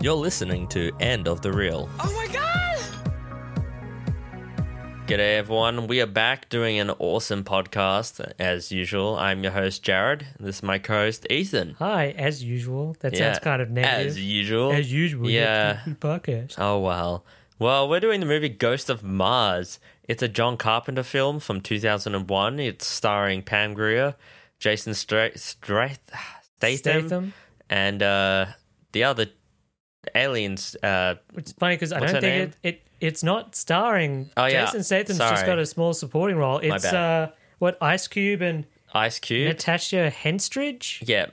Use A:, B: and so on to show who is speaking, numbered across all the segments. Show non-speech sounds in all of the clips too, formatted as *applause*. A: You're listening to End of the Reel.
B: Oh my god!
A: G'day, everyone. We are back doing an awesome podcast as usual. I'm your host, Jared. This is my co host, Ethan.
C: Hi, as usual. That
A: Yeah,
C: sounds kind of negative.
A: As usual.
C: As usual, you
A: Yeah. *laughs*
C: have to keep podcast.
A: Oh well. Well, we're doing the movie Ghost of Mars. It's a John Carpenter film from 2001. It's starring Pam Grier, Jason Stra- Stra- Statham,
C: Statham.
A: and uh, the other aliens. Uh,
C: Which is funny because I
A: What's
C: don't
A: her
C: think it, it it's not starring.
A: Oh, yeah.
C: Jason Statham's
A: Sorry.
C: just got a small supporting role. It's
A: bad.
C: uh what Ice Cube and
A: Ice Cube.
C: Natasha Henstridge.
A: yeah,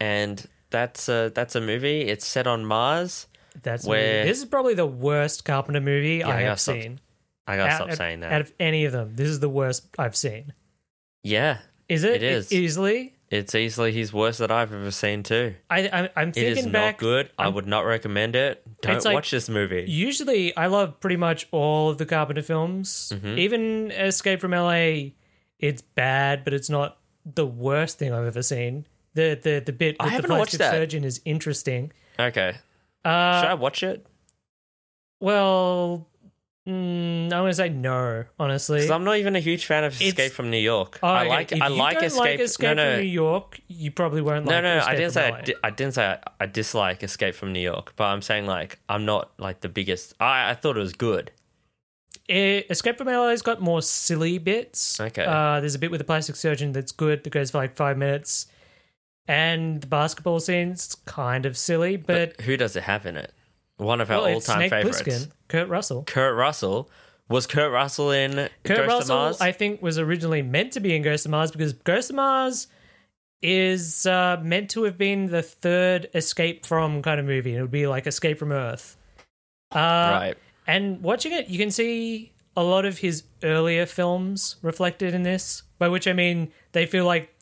A: and that's a that's a movie. It's set on Mars.
C: That's
A: Where-
C: Where... this is probably the worst Carpenter movie
A: I
C: I
A: gotta
C: have
A: stop
C: seen.
A: I gotta
C: Out-
A: stop
C: out-
A: saying that.
C: Out of any of them, this is the worst I've seen.
A: yeah,
C: Is
A: It
C: it?
A: is.
C: easily.
A: it's easily his worst that I've ever seen too.
C: I, I I'm
A: It
C: thinking
A: is not
C: back.
A: good. I
C: I'm-
A: would not recommend it. Don't
C: It's like-
A: watch this movie.
C: usually I love pretty much all of the Carpenter films.
A: Mm-hmm.
C: Even Escape from LA, it's bad, but it's not the worst thing I've ever seen. The the the bit
A: I
C: with the
A: haven't
C: plastic
A: watched that.
C: surgeon is interesting.
A: okay.
C: Uh,
A: Should I watch it?
C: well, mm, I'm gonna say no, honestly.
A: Because I'm not even a huge fan of Escape
C: It's-
A: from New York.
C: Oh,
A: I
C: okay.
A: like
C: If
A: I
C: you
A: like
C: don't
A: Escape.
C: like Escape
A: no, no,
C: from New York. You probably won't
A: no,
C: like
A: no.
C: Escape
A: I didn't
C: from
A: say
C: LA.
A: I, di- I didn't say I, I dislike Escape from New York, but I'm saying like I'm not like the biggest. I I thought it was good.
C: Eh, Escape from LA's got more silly bits.
A: Okay.
C: Uh, there's a bit with the plastic surgeon that's good that goes for like five minutes, and the basketball scene's kind of silly, but,
A: Who does it have in it? One of our
C: well,
A: all
C: it's
A: time
C: Snake
A: favorites.
C: Plissken, Kurt Russell.
A: Kurt Russell was Kurt Russell in
C: Kurt
A: Ghost
C: Russell,
A: of Mars.
C: I think, was originally meant to be in Ghost of Mars because Ghost of Mars is uh, meant to have been the third Escape from kind of movie. It would be like Escape from Earth. Uh,
A: right.
C: And watching it, you can see a lot of his earlier films reflected in this, by which I mean they feel like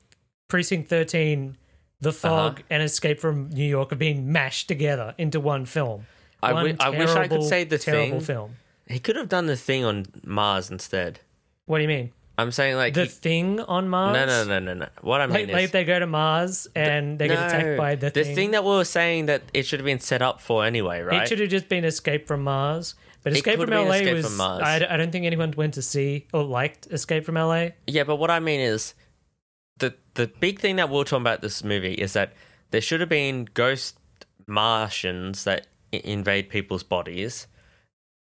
C: Precinct 13, The Fog,
A: Uh-huh.
C: and Escape from New York are being mashed together into one film.
A: I
C: One
A: wi- I wish I could say The
C: terrible
A: Thing.
C: film.
A: He could have done the thing on Mars instead.
C: What do you mean?
A: I'm saying like
C: The
A: he-
C: Thing on Mars?
A: no, no, no, no, no. What I mean
C: Like,
A: is
C: like they go to Mars and they get attacked by the,
A: the thing that we were saying that it should have been set up for anyway, right?
C: It should have just been Escape from Mars. But
A: It
C: Escape
A: could
C: from
A: have been
C: LA
A: Escape
C: was.
A: from Mars.
C: I, I don't think anyone went to see or liked Escape from LA.
A: Yeah, but what I mean is the the big thing that we're talking about this movie is that there should have been ghost Martians that I- invade people's bodies.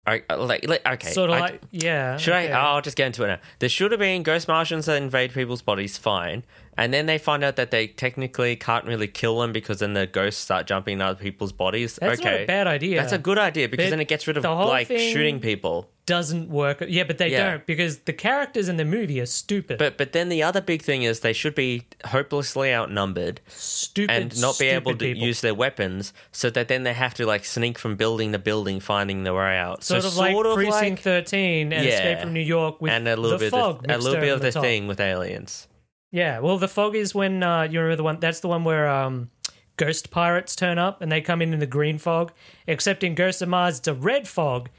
A: I- I- Like, like okay,
C: sort of
A: I-
C: like. Yeah.
A: Should
C: okay.
A: I? I'll just get into it now. There should have been ghost Martians that invade people's bodies, fine. And then they find out that they technically can't really kill them because then the ghosts start jumping in other people's bodies.
C: That's
A: okay.
C: not a bad idea.
A: That's a good idea because
C: But
A: then it gets rid of
C: the whole
A: like
C: thing-
A: shooting people.
C: doesn't work. Yeah, but they
A: Yeah.
C: don't because the characters in the movie are stupid.
A: But but then the other big thing is they should be hopelessly outnumbered
C: stupid
A: and not be
C: stupid
A: able to
C: people.
A: use their weapons, so that then they have to like sneak from building to building, finding their way out.
C: sort
A: so
C: of like
A: sort of
C: Precinct
A: like-
C: Thirteen and
A: Yeah.
C: Escape from New York with
A: and a little
C: the
A: bit
C: fog
A: of the, a
C: mixed
A: little bit
C: over
A: of
C: the
A: the
C: top.
A: thing with aliens.
C: Yeah, well, the fog is when uh, you remember the one. That's the one where um, ghost pirates turn up and they come in in the green fog. Except in Ghost of Mars, it's a red fog,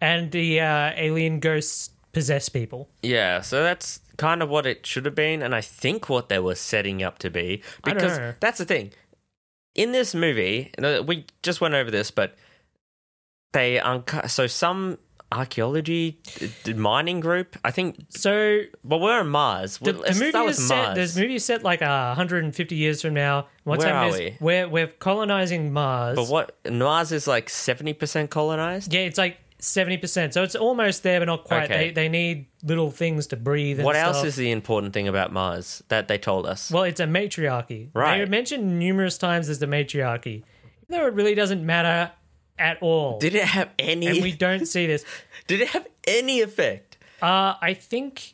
C: and the uh, alien ghosts possess people.
A: Yeah, so that's kind of what it should have been, and I think what they were setting up to be.
C: I don't
A: Because
C: know.
A: that's the thing. In this movie, no, we just went over this, but they unco- so some archaeology d- d- mining group. I think,
C: So
A: but we're on Mars.
C: the,
A: Well,
C: the
A: let's
C: movie
A: start
C: is
A: with
C: set.
A: Mars.
C: This movie is set like uh, 150 years from now. What's
A: Where
C: happening
A: are
C: is
A: we?
C: we're we're colonizing Mars.
A: but what Mars is like seventy percent colonized.
C: Yeah, it's like 70 percent. So it's almost there, but not quite.
A: Okay.
C: They they need little things to breathe. And
A: What else
C: stuff.
A: is the important thing about Mars that they told us?
C: Well, it's a matriarchy.
A: Right.
C: They mentioned numerous times as the matriarchy, even though it really doesn't matter at all.
A: did it have any?
C: and we don't see this.
A: *laughs* did it have any effect?
C: Uh, I think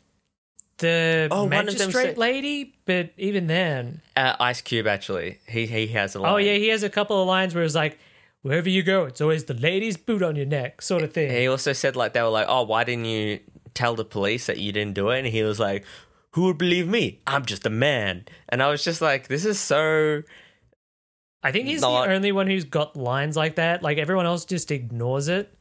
C: the
A: Oh, one of them
C: magistrate
A: said-
C: lady, but even then,
A: Uh, Ice Cube actually, he he has a line.
C: oh yeah, he has a couple of lines where it's like, wherever you go, it's always the lady's boot on your neck, sort of thing.
A: He also said like they were like, "Oh, why didn't you tell the police that you didn't do it?" And he was like, "Who would believe me? I'm just a man." And I was just like, "This is so
C: I think he's
A: Not-
C: the only one who's got lines like that. Like everyone else just ignores it.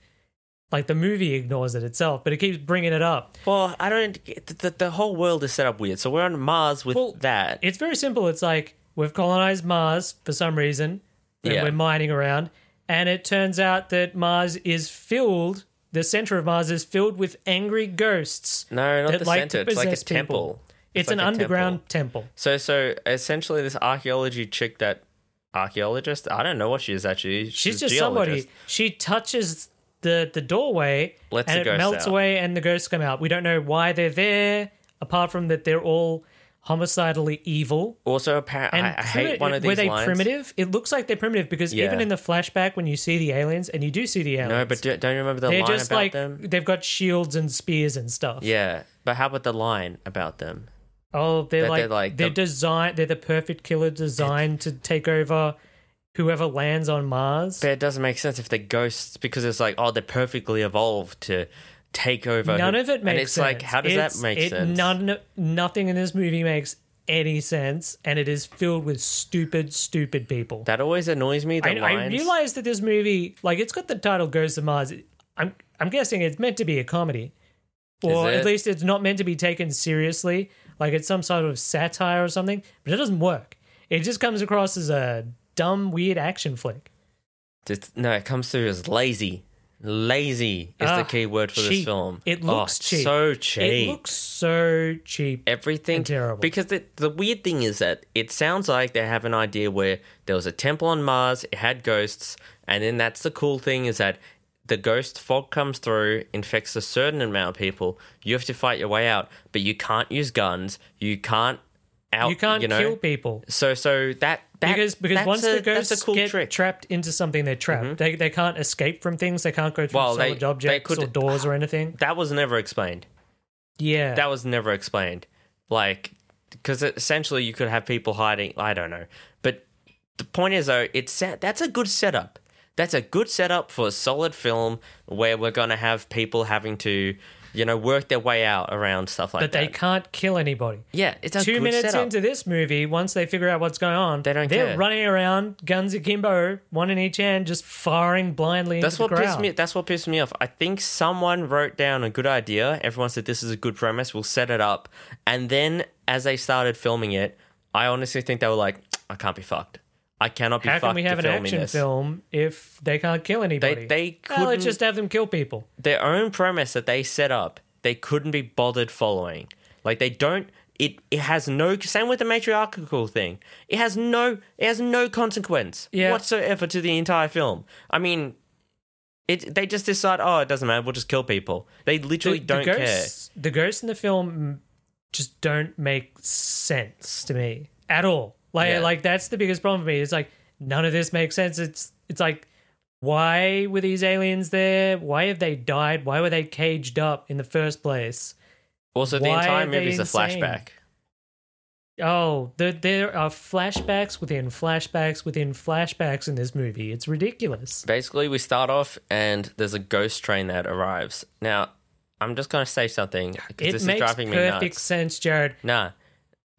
C: Like the movie ignores it itself, but it keeps bringing it up.
A: well." I don't. get- The, the, the whole world is set up weird. So we're on Mars with
C: Well,
A: that.
C: It's very simple. It's like we've colonized Mars for some reason, and
A: Yeah.
C: we're mining around, And it turns out that Mars is filled, the center of Mars is filled with angry ghosts.
A: No, not
C: that
A: the
C: like
A: center.
C: to
A: It's like a
C: possess people.
A: temple.
C: It's,
A: like
C: an
A: a temple.
C: underground temple.
A: So so essentially, this archaeology chick that archaeologist. I don't know what she is actually.
C: She's
A: a
C: just somebody.
A: geologist.
C: She touches the, the doorway
A: Lets
C: and
A: the
C: it
A: ghosts
C: melts
A: out.
C: away and the ghosts come out. We don't know why they're there, apart from that they're all homicidally evil.
A: Also, apparently,
C: And
A: I, I
C: primi-
A: hate one of these
C: Were they
A: lines.
C: primitive? It looks like they're primitive because
A: Yeah.
C: even in the flashback when you see the aliens, and you do see the aliens.
A: No, but do, don't you remember the
C: they're
A: line
C: just
A: about
C: like
A: them?
C: they've got shields and spears and stuff.
A: Yeah, but how about the line about them?
C: Oh, they're
A: That
C: like,
A: they're
C: they're
A: like the-
C: designed. They're the perfect killer designed to take over whoever lands on Mars.
A: But it doesn't make sense if they're ghosts because it's like, oh, they're perfectly evolved to take over.
C: none
A: who-
C: of it makes
A: And it's
C: sense.
A: like, how does
C: It's-
A: that make
C: it-
A: sense?
C: None, nothing in this movie makes any sense, and it is filled with stupid, stupid people.
A: that always annoys me. The
C: I, I
A: lines.
C: realize that this movie, like, it's got the title "Ghosts of Mars." I'm, I'm guessing it's meant to be a comedy, or
A: Is it?
C: at least it's not meant to be taken seriously. Like, it's some sort of satire or something, but it doesn't work. It just comes across as a dumb, weird action flick.
A: Just- no, it comes through as lazy. Lazy is the
C: Ah,
A: key word for this
C: cheap.
A: film.
C: It
A: Oh,
C: looks cheap.
A: So cheap.
C: It looks so cheap.
A: Everything
C: and terrible.
A: Because the, the weird thing is that it sounds like they have an idea where there was a temple on Mars, it had ghosts, and then that's the cool thing is that the ghost fog comes through, infects a certain amount of people. You have to fight your way out, but you can't use guns. You can't out.
C: You can't
A: know,
C: kill people.
A: So so that, that
C: because because
A: that's
C: once
A: a,
C: the ghosts
A: that's a cool
C: get
A: trick. Mm-hmm.
C: trapped into something, they're trapped. They, they can't escape from things. They can't go through
A: Well, they-
C: solid
A: they
C: objects
A: could-
C: or doors or anything.
A: that was never explained.
C: Yeah,
A: that was never explained. Like, because essentially you could have people hiding. I don't know, but the point is though, it's set, that's a good setup. That's a good setup for a solid film where we're gonna have people having to, you know, work their way out around stuff like
C: but they
A: that.
C: can't kill anybody.
A: yeah, it's a
C: Two
A: good
C: minutes
A: setup.
C: into this movie, once they figure out what's going on,
A: They don't
C: They're
A: care.
C: running around, guns akimbo, one in each hand, just firing blindly.
A: that's
C: into
A: what
C: the
A: pissed
C: crowd.
A: me. That's what pissed me off. I think someone wrote down a good idea. Everyone said this is a good premise. We'll set it up, and then as they started filming it, I honestly think they were like, "I can't be fucked. I cannot be
C: How
A: fucked."
C: can we
A: to
C: have an
A: filming
C: action
A: this."
C: film if they can't kill anybody?
A: they
C: well,
A: couldn't-
C: let's just have them kill people.
A: their own premise that they set up, they couldn't be bothered following. Like they don't. It it has no same with the matriarchal thing. It has no it has no consequence
C: Yeah.
A: whatsoever to the entire film. I mean, it they just decide oh it doesn't matter we'll just kill people. They literally don't care.
C: ghosts, The ghosts in the film just don't make sense to me at all. Like,
A: Yeah.
C: like that's the biggest problem for me. It's like none of this makes sense. It's, it's like, why were these aliens there? Why have they died? Why were they caged up in the first place?
A: Also, the
C: Why
A: entire
C: are they
A: movie is a
C: insane?
A: flashback.
C: Oh, there, there are flashbacks within flashbacks within flashbacks in this movie. It's ridiculous.
A: Basically, we start off and there's a ghost train that arrives. Now, I'm just gonna say something because
C: It
A: this is
C: makes
A: driving me
C: perfect
A: nuts.
C: sense, Jared.
A: Nah.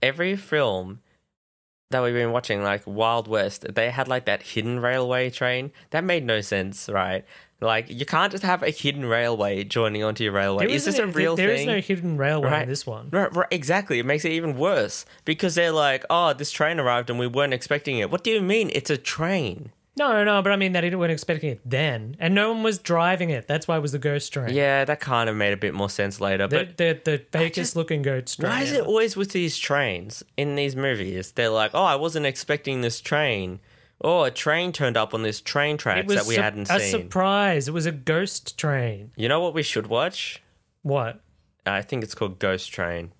A: Every film that we've been watching, like Wild West, they had like that hidden railway train. That made no sense, right? Like you can't just have a hidden railway joining onto your railway.
C: There
A: Is this a
C: isn't-
A: real
C: there
A: thing?
C: There is no hidden railway
A: Right.
C: in this one.
A: Right, right, exactly. It makes it even worse because they're like, "Oh, this train arrived and we weren't expecting it." What do you mean? It's a train.
C: No, no, but I mean, they didn't- weren't expecting it then, and no one was driving it. That's why it was the ghost train.
A: Yeah, that kind of made a bit more sense later. But
C: the the, the fakest
A: just-
C: looking ghost train.
A: Why is it always with these trains in these movies? They're like, oh, I wasn't expecting this train. Oh, a train turned up on this train
C: It
A: tracks
C: was
A: that we
C: sup-
A: hadn't
C: a
A: seen.
C: surprise. It was a ghost train.
A: you know what we should watch? Uh,
C: What?
A: I think it's called Ghost Train.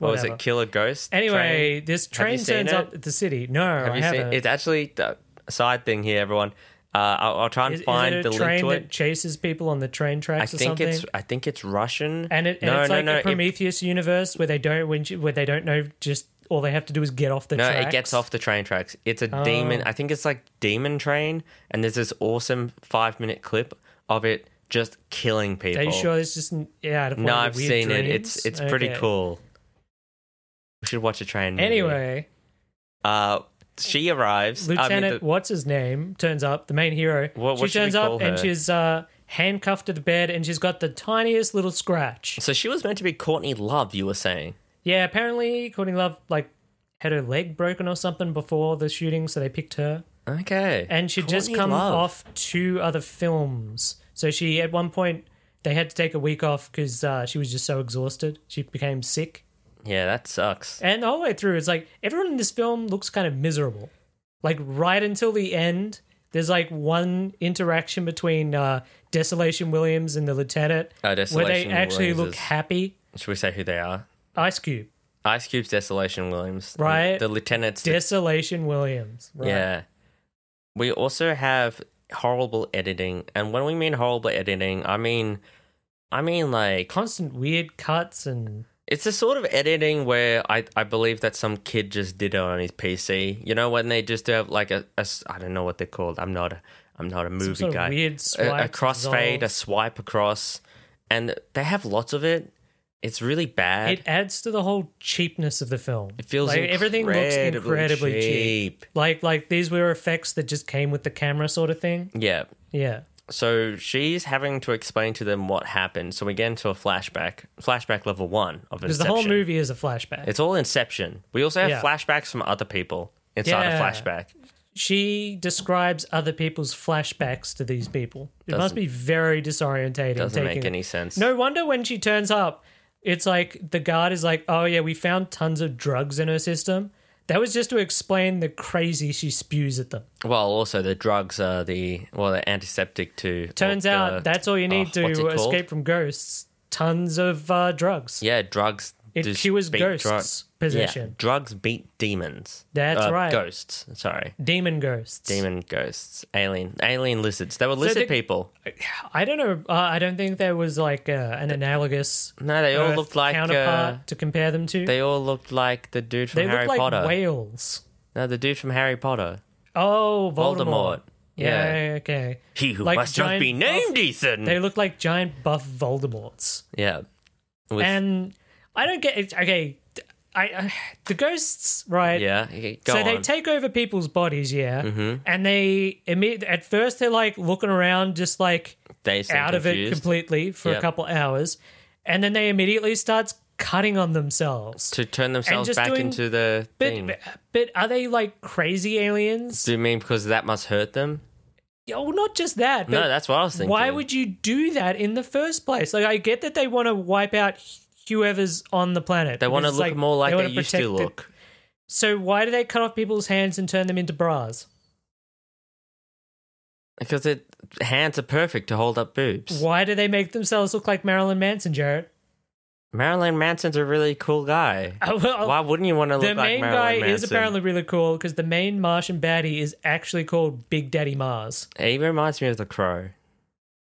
A: Or is
C: Whatever.
A: it Killer Ghost? Train?
C: Anyway, this
A: Have you
C: train
A: seen
C: turns
A: it?
C: up at the city. No,
A: have
C: I
A: you
C: haven't.
A: seen? It's actually a side thing here, everyone. Uh, I'll, I'll try and
C: Is- is
A: find
C: it a
A: the link
C: train
A: to
C: that
A: it.
C: chases people on the train
A: I
C: tracks or
A: think
C: something?
A: it's I think it's Russian.
C: and it, and
A: no,
C: it's
A: no,
C: like
A: no.
C: a
A: it-
C: Prometheus universe where they don't when you- where they don't know just all they have to do is get off the
A: No,
C: tracks. Oh.
A: it gets off the train tracks. It's a demon. I think it's like Demon Train, and there's this awesome five minute clip of it just killing people.
C: Are you sure this isn't yeah? Out of one
A: No,
C: of the
A: I've
C: weird
A: seen it.
C: dreams?
A: It's it's pretty
C: Okay.
A: cool. We should watch a train. movie.
C: Anyway,
A: uh, she arrives. I mean,
C: Lieutenant
A: the-
C: what's his name turns up, the main hero.
A: What- what
C: she
A: should we
C: turns
A: call
C: up
A: her?
C: and she's uh, handcuffed to the bed and she's got the tiniest little scratch.
A: so she was meant to be Courtney Love. You were saying.
C: Yeah, apparently Courtney Love like had her leg broken or something before the shooting, so they picked her.
A: Okay.
C: and she'd just
A: Courtney
C: come
A: Love.
C: off two other films. So she, at one point, they had to take a week off because uh, she was just so exhausted. She became sick,
A: Yeah, that sucks.
C: and the whole way through, it's like everyone in this film looks kind of miserable. Like right until the end, there's like one interaction between uh, Desolation Williams and the lieutenant
A: Oh,
C: where they
A: Desolation
C: actually
A: Williams
C: look
A: is-
C: happy.
A: Should we say who they are?
C: Ice Cube,
A: Ice Cube's Desolation Williams. the-
C: Right.
A: The lieutenant's. the-
C: Desolation Williams. Right?
A: Yeah. We also have horrible editing, and when we mean horrible editing, I mean, I mean like
C: constant weird cuts and
A: It's the sort of editing where I, I believe that some kid just did it on his PC. You know, when they just have like a, a s- I don't know what they're called. I'm not a, I'm not a movie
C: sort of
A: guy.
C: weird
A: a, a
C: swipe
A: crossfade, a
C: dissolves.
A: swipe across, and they have lots of it. It's really bad.
C: it adds to the whole cheapness of the film.
A: It feels
C: like everything looks
A: incredibly
C: incredibly cheap.
A: cheap.
C: Like like these were effects that just came with the camera sort of thing.
A: Yeah.
C: Yeah.
A: So she's having to explain to them what happened. So we get into a flashback, flashback level one of
C: Because
A: Inception.
C: the whole movie is a flashback.
A: It's all Inception. We also have
C: Yeah.
A: flashbacks from other people inside
C: Yeah.
A: a flashback.
C: she describes other people's flashbacks to these people. It must
A: Doesn't-
C: be very disorientating.
A: Doesn't
C: taking
A: make
C: it.
A: any sense.
C: No wonder when she turns up, it's like the guard is like, "Oh yeah, we found tons of drugs in her system." That was just to explain the crazy she spews at them.
A: Well, also the drugs are the well, the antiseptic to.
C: Turns
A: or the-
C: out that's all you need
A: oh, what's
C: to
A: it called?
C: escape from ghosts. Tons of uh, drugs.
A: Yeah, drugs.
C: It
A: just
C: cures
A: beat
C: ghosts'
A: dru-
C: possession.
A: Yeah, drugs beat demons.
C: That's
A: Uh,
C: right.
A: Ghosts. Sorry,
C: Demon ghosts.
A: demon ghosts, alien, alien lizards. They were lizard
C: the-
A: people.
C: I don't know. Uh, I don't think there was like uh, an analogous.
A: No, they all
C: Earth
A: looked like.
C: counterpart
A: Uh,
C: to compare them to.
A: they all looked like the dude from
C: They
A: Harry
C: look like
A: Potter.
C: whales.
A: No, the dude from Harry Potter.
C: Oh, Voldemort.
A: Voldemort.
C: Yeah.
A: Yeah. Hmm.
C: okay.
A: He who
C: Like
A: must not
C: giant
A: be named, Ethan.
C: They look like giant buff Voldemorts.
A: yeah. With-
C: And I don't get it. Okay, I, I the ghosts, right?
A: yeah. okay, Go
C: So
A: on. Mm-hmm.
C: they take over people's bodies, yeah, and they imme- at first they're like looking around, just like
A: They seem
C: out of it
A: confused.
C: completely for
A: Yep.
C: a couple hours, and then they immediately starts cutting on themselves.
A: to turn themselves
C: just
A: back
C: doing
A: into the
C: but,
A: thing.
C: but are they like crazy aliens?
A: Do you mean because that must hurt them?
C: Oh, not just that. But
A: No, that's what I was thinking.
C: why would you do that in the first place? Like, I get that they want to wipe out whoever's on the planet.
A: they want to
C: because
A: look
C: it's
A: more like they,
C: wanna
A: used to
C: protect the-
A: look?
C: So why do they cut off people's hands and turn them into bras?
A: Because it hands are perfect to hold up boobs.
C: Why do they make themselves look like Marilyn Manson, Jarrett?
A: Marilyn Manson's a really cool guy.
C: Oh, well,
A: *laughs* Why wouldn't you want to look
C: the
A: like
C: main
A: Marilyn
C: guy
A: Manson?
C: is apparently really cool because the main Martian baddie is actually called Big Daddy Mars.
A: He reminds me of the Crow.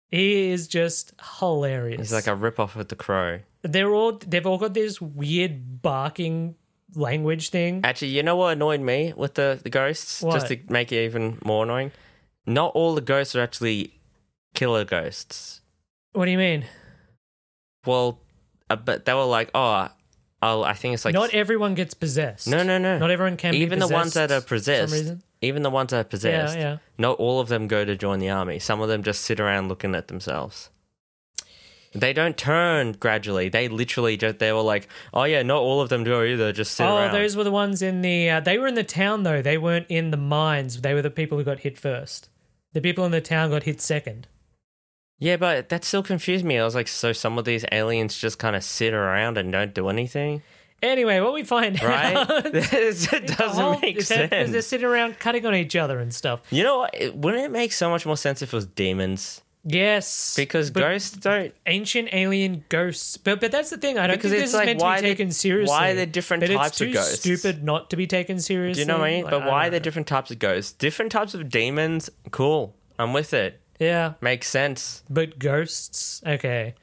C: He is just hilarious.
A: He's like a ripoff of the Crow.
C: they're all they've all got this weird barking language thing.
A: Actually, you know what annoyed me with the, the ghosts?
C: What?
A: Just to make it even more annoying. Not all the ghosts are actually killer ghosts.
C: What do you mean?
A: Well, uh, but they were like, oh, I'll, I think it's like
C: Not everyone gets possessed.
A: No, no, no.
C: Not everyone can be
A: even the ones that
C: possessed
A: are
C: for some
A: possessed.
C: reason.
A: Even the ones that are possessed.
C: yeah.
A: Not all of them go to join the army. Some of them just sit around looking at themselves. They don't turn gradually. They literally just they were like, oh yeah, not all of them do either. Just sit
C: oh,
A: around.
C: those were the ones in the. Uh, they were in the town though. They weren't in the mines. They were the people who got hit first. The people in the town got hit second.
A: Yeah, but that still confused me. I was like, so some of these aliens just kind of sit around and don't do
C: *laughs*
A: anything,
C: Anyway, what we
A: *laughs*
C: find
A: right?
C: *laughs* out,
A: it
C: the
A: doesn't
C: whole-
A: make
C: is that 'cause They're
A: sense.
C: sitting around cutting on each other and stuff.
A: You know, what? It- wouldn't it make so much more sense if it was demons?
C: Yes,
A: Because
C: but
A: ghosts don't
C: ancient alien ghosts. But but that's the thing. I don't
A: Because
C: think
A: it's
C: this
A: like,
C: is meant
A: why
C: to
A: the-
C: be taken seriously.
A: why are there different
C: but
A: types of
C: it's too
A: ghosts?
C: Stupid not to be taken seriously.
A: Do you know what I mean?
C: Like,
A: but
C: don't
A: why are
C: know.
A: there different types of ghosts? Different types of demons? Cool. I'm with it.
C: Yeah,
A: Makes sense.
C: but ghosts. Okay.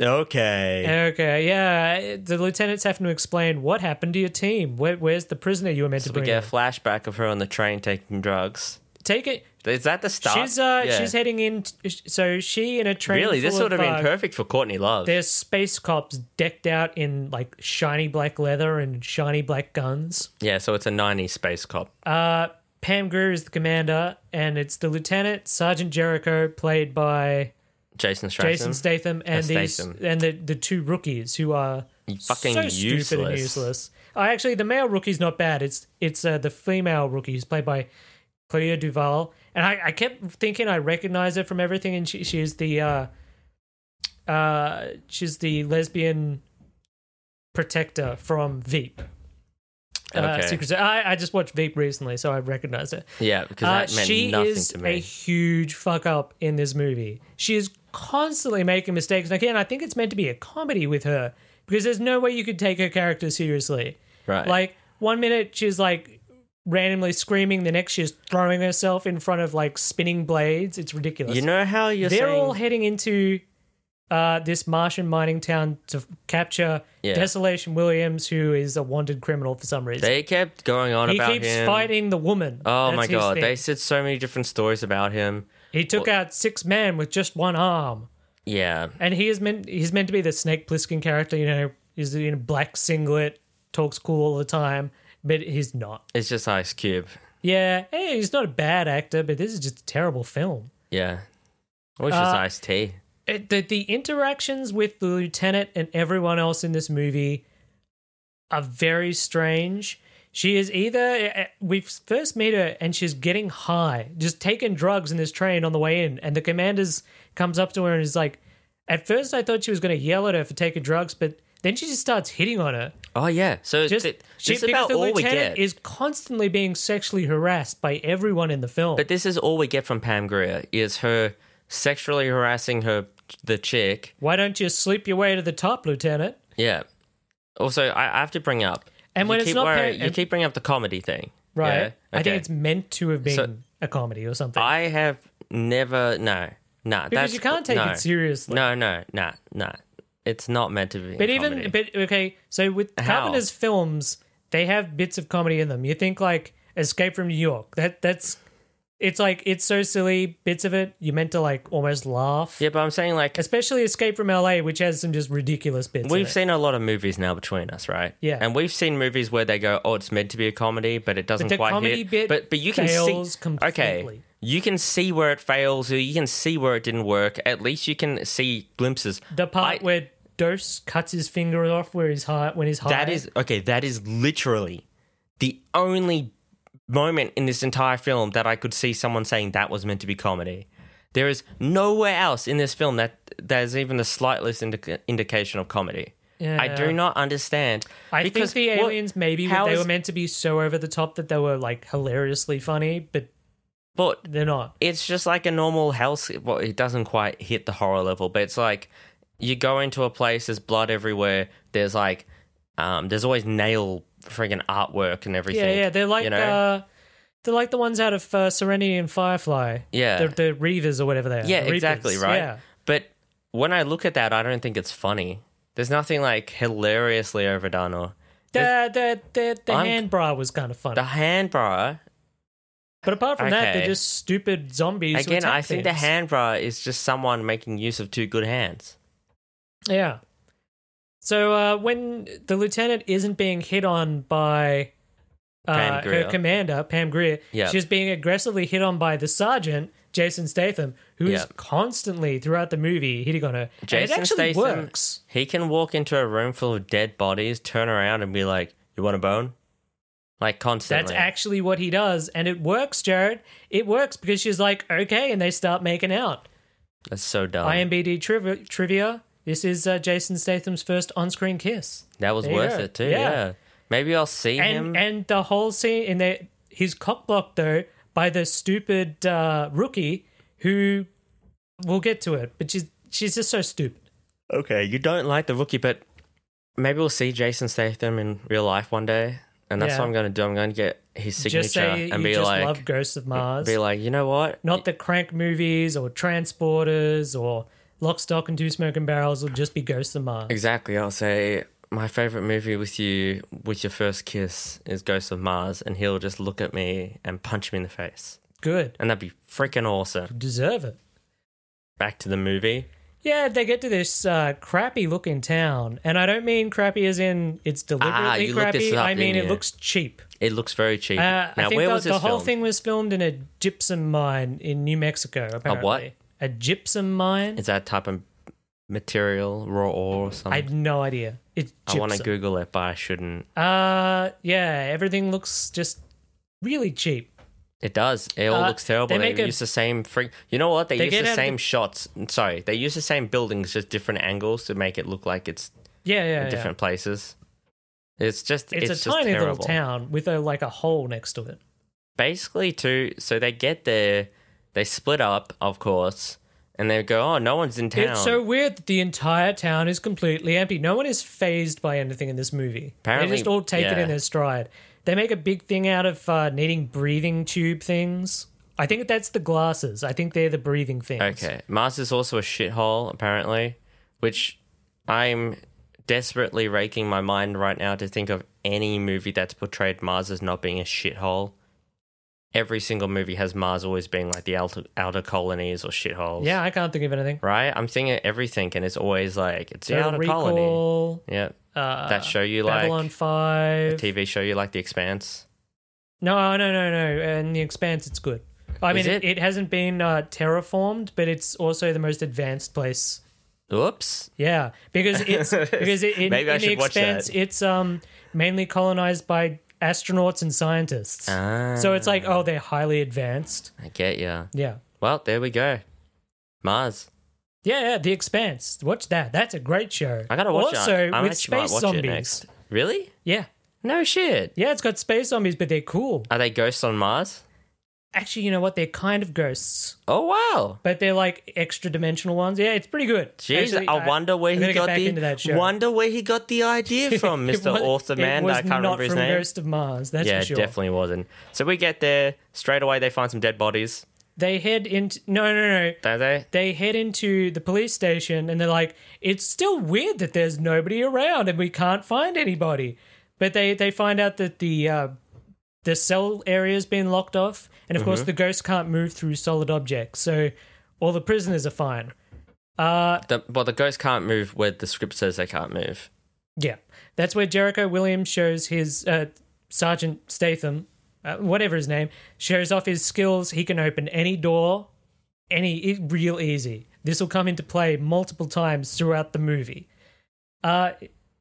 A: Okay.
C: Okay, yeah. The lieutenants having to explain what happened to your team. Where, where's the prisoner you were meant
A: So
C: to
A: we
C: bring?
A: get a
C: in?
A: flashback of her on the train taking drugs.
C: Take it.
A: Is that the start?
C: She's uh,
A: Yeah.
C: she's heading in. t- So she and a train.
A: Really, this
C: full
A: would
C: of,
A: have been
C: uh,
A: perfect for Courtney Love.
C: There's space cops decked out in like shiny black leather and shiny black guns.
A: Yeah, so it's a 90s space cop.
C: Uh, Pam Grier is the commander, and it's the lieutenant, Sergeant Jericho, played by
A: Jason Statham.
C: Jason Statham, and these
A: Statham.
C: and the, the two rookies who are
A: Fucking
C: so stupid and
A: useless.
C: useless. Oh, actually, the male rookie's not bad. It's it's uh, the female rookie who's played by Claudia Duval, and I, I kept thinking I recognized her from everything, and she, she is the uh, uh, she's the lesbian protector from Veep. Uh,
A: Okay.
C: Secret Ser- I, I just watched Veep recently, so I recognized her.
A: Yeah, because
C: Uh,
A: that meant
C: she
A: nothing
C: is
A: to
C: a
A: me.
C: huge fuck up in this movie. She is constantly making mistakes. And again, I think it's meant to be a comedy with her because there's no way you could take her character seriously.
A: Right.
C: Like one minute she's like randomly screaming, the next she's throwing herself in front of like spinning blades. It's ridiculous.
A: you know how you're
C: They're
A: saying
C: all heading into uh, this Martian mining town to capture
A: Yeah.
C: Desolation Williams, who is a wanted criminal for some reason.
A: they kept going on
C: he
A: about
C: keeps
A: him.
C: fighting the woman.
A: Oh
C: That's
A: my
C: his
A: god,
C: thing.
A: they said so many different stories about him.
C: He took out six men with just one arm,
A: Yeah,
C: and he is meant he's meant to be the Snake Plissken character. You know, he's in a black singlet, talks cool all the time, but he's not.
A: it's just Ice Cube.
C: Yeah, hey, he's not a bad actor, but this is just a terrible film.
A: Yeah, I wish it
C: Uh,
A: was Ice T.
C: It, Uh, the the interactions with the lieutenant and everyone else in this movie are very strange. She is either we first meet her and she's getting high, just taking drugs in this train on the way in, and the commander's comes up to her and is like, "At first, I thought she was going to yell at her for taking drugs, but then she just starts hitting on her.
A: Oh yeah, so
C: Just
A: th-
C: she,
A: this is about
C: because the
A: all we
C: lieutenant
A: get.
C: is constantly being sexually harassed by everyone in the film.
A: but this is all we get from Pam Grier is her sexually harassing her the chick.
C: Why don't you sleep your way to the top, lieutenant?
A: Yeah. Also, I, I have to bring up.
C: And
A: you
C: when it's
A: keep
C: not
A: worry-
C: Pam-
A: you
C: and-
A: keep bringing up the comedy thing,
C: Right.
A: Yeah?
C: I
A: Okay.
C: think it's meant to have been
A: So-
C: a comedy or something.
A: I have never no nah.
C: because you can't take it seriously.
A: No, no, nah, nah. It's not meant to be.
C: but
A: a
C: even
A: comedy.
C: but okay, so with
A: How?
C: Carpenter's films, they have bits of comedy in them. You think like Escape from New York. That that's it's like it's so silly, bits of it you meant to like almost laugh.
A: yeah, but I'm saying like
C: Especially Escape from LA, which has some just ridiculous bits. in
A: We've
C: it.
A: seen a lot of movies now between us, right?
C: Yeah.
A: And we've seen movies where they go, "Oh, it's meant to be a comedy, but it doesn't
C: the
A: quite
C: comedy
A: hit."
C: bit
A: but but you can
C: fails
A: see okay,
C: completely.
A: you can see where it fails, or you can see where it didn't work. At least you can see glimpses.
C: the part
A: I-
C: where Dose cuts his finger off where he's high when he's high.
A: that is okay. That is literally the only moment in this entire film that I could see someone saying that was meant to be comedy. There is nowhere else in this film that there's even the slightest indica- indication of comedy. I do
C: Yeah.
A: not understand.
C: I
A: because
C: think the
A: what-
C: aliens maybe
A: how
C: they
A: is-
C: were meant to be so over the top that they were like hilariously funny, but
A: But
C: they're not.
A: it's just like a normal house. Well, it doesn't quite hit the horror level, but it's like you go into a place, there's blood everywhere. There's like, um, there's always nail freaking artwork and everything.
C: Yeah, yeah, they're like
A: you know?
C: uh, they're like the ones out of uh, Serenity and Firefly.
A: Yeah.
C: the, the Reavers or whatever they are.
A: yeah,
C: the Reapers.
A: exactly, right.
C: Yeah,
A: But when I look at that, I don't think it's funny. There's nothing like hilariously overdone or
C: the the the, the
A: I'm-
C: hand bra was kind of funny,
A: the hand bra.
C: but apart from that, they're
A: okay.
C: just stupid zombies. who
A: Again,
C: attack
A: I think the
C: things.
A: hand bra is just someone making use of two good hands.
C: Yeah. So uh, when the lieutenant isn't being hit on by uh,
A: Pam Grier.
C: her commander, Pam Greer,
A: Yeah.
C: she's being aggressively hit on by the sergeant, Jason Statham, who is
A: Yeah.
C: constantly throughout the movie hitting on her.
A: Jason
C: and it actually
A: Statham-
C: works.
A: He can walk into a room full of dead bodies, turn around, and be like, "You want a bone?" Like
C: That's
A: constantly.
C: actually what he does, and it works, Jared. It works because she's like, okay, and they start making out.
A: That's so dumb.
C: IMBD triv- trivia. This is uh, Jason Statham's first on-screen kiss.
A: that was
C: There you
A: worth
C: go.
A: it too.
C: Yeah.
A: Yeah. Maybe I'll see him.
C: and and the whole scene in there he's cock blocked though by the stupid uh, rookie who we'll get to it but she's she's just so stupid
A: okay, you don't like the rookie, but maybe we'll see Jason Statham in real life one day, and that's
C: Yeah.
A: what I'm going to do. I'm going to get his signature
C: just say
A: and
C: you
A: be
C: just
A: like,
C: love ghosts of mars
A: be like, you know what?
C: not the crank movies or transporters or lock stock and two smoking barrels will just be ghosts of mars
A: Exactly. I'll say my favorite movie with you, with your first kiss, is Ghost of Mars, and he'll just look at me and punch me in the face,
C: good
A: and that'd be freaking awesome.
C: deserve it
A: back to the movie.
C: yeah, they get to this uh, crappy looking town, and I don't mean crappy as in it's deliberately
A: Ah, you looked this
C: crappy.
A: up,
C: I mean
A: didn't
C: it
A: you?
C: looks cheap.
A: It looks very cheap.
C: Uh, I
A: now,
C: think
A: where
C: the,
A: was
C: the
A: this
C: whole
A: filmed?
C: thing was filmed in a gypsum mine in New Mexico. Apparently, A gypsum mine.
A: Is that type of material, raw ore or
C: I
A: something?
C: have no idea. It's
A: I,
C: gypsum.
A: want to Google it, but I shouldn't.
C: Uh, yeah, everything looks just really cheap.
A: It does. It all
C: Uh,
A: looks terrible.
C: they
A: They,
C: make a-
A: use the same freak. You know what? They,
C: They
A: use
C: get
A: the
C: out
A: same
C: the-
A: shots. Sorry, they use the same buildings, just different angles to make it look like it's
C: Yeah, yeah,
A: in
C: yeah.
A: different places. It's just
C: It's,
A: it's,
C: a
A: just
C: tiny
A: terrible.
C: little town with a like a hole next to it.
A: Basically, too. So they get there, they split up, of course, and they go, "Oh, no one's in town."
C: It's so weird that the entire town is completely empty. No one is phased by anything in this movie. they
A: Apparently-
C: just all take it
A: yeah.
C: in their stride. They make a big thing out of uh, needing breathing tube things. I think that's the glasses. I think they're the breathing things.
A: Okay. Mars is also a shithole, apparently, which I'm desperately raking my mind right now to think of any movie that's portrayed Mars as not being a shithole. Every single movie has Mars always being like the outer, outer colonies or shitholes.
C: Yeah, I can't think of anything.
A: Right? I'm thinking of everything, and it's always like, it's the
C: Total
A: outer colony.
C: Recall,
A: Yeah.
C: uh,
A: that show you like,
C: Babylon Five.
A: TV show you like, The Expanse.
C: No, no, no, no. And The Expanse, it's good. I mean,
A: Is
C: it?
A: it?
C: It, hasn't been uh, terraformed, but it's also the most advanced place.
A: Oops.
C: Yeah, because it's
A: *laughs*
C: because it, in,
A: Maybe I
C: in The
A: should watch that.
C: Expanse, it's um mainly colonized by astronauts and scientists.
A: Ah,
C: So it's like, oh, they're highly advanced.
A: I get ya.
C: Yeah,
A: Well, there we go. Mars.
C: yeah, yeah. The Expanse. Watch that. That's a great show.
A: I gotta watch
C: also,
A: it. I
C: with
A: actually might
C: space
A: watch
C: zombies.
A: It next. Really?
C: Yeah,
A: No shit.
C: yeah. It's got space zombies, but they're cool.
A: Are they ghosts on Mars?
C: Actually, you know what? They're kind of ghosts.
A: Oh wow.
C: but they're like extra dimensional ones. Yeah, it's pretty good.
A: Jeez,
C: Actually,
A: I wonder where
C: I'm
A: he
C: gonna get
A: got
C: back
A: the
C: into that show.
A: wonder where he got the
C: *laughs*
A: idea from,
C: It
A: Mister
C: was-
A: Author
C: it
A: Man.
C: was
A: I can't
C: not
A: remember his
C: from
A: name.
C: Ghost of Mars. That's
A: yeah,
C: for sure.
A: definitely wasn't. So we get there straight away. They find some dead bodies.
C: They head into no, no, no.
A: Don't they?
C: They head into the police station and they're like, "It's still weird that there's nobody around and we can't find anybody." But they they find out that the uh, the cell area's been locked off, and of course the ghosts can't move through solid objects, so all the prisoners are fine. Uh,
A: The, well, the ghosts can't move where the script says they can't move.
C: Yeah, that's where Jericho Williams shows his uh, Sergeant Statham, uh, whatever his name, shows off his skills. He can open any door, any e- real easy. This will come into play multiple times throughout the movie. Uh,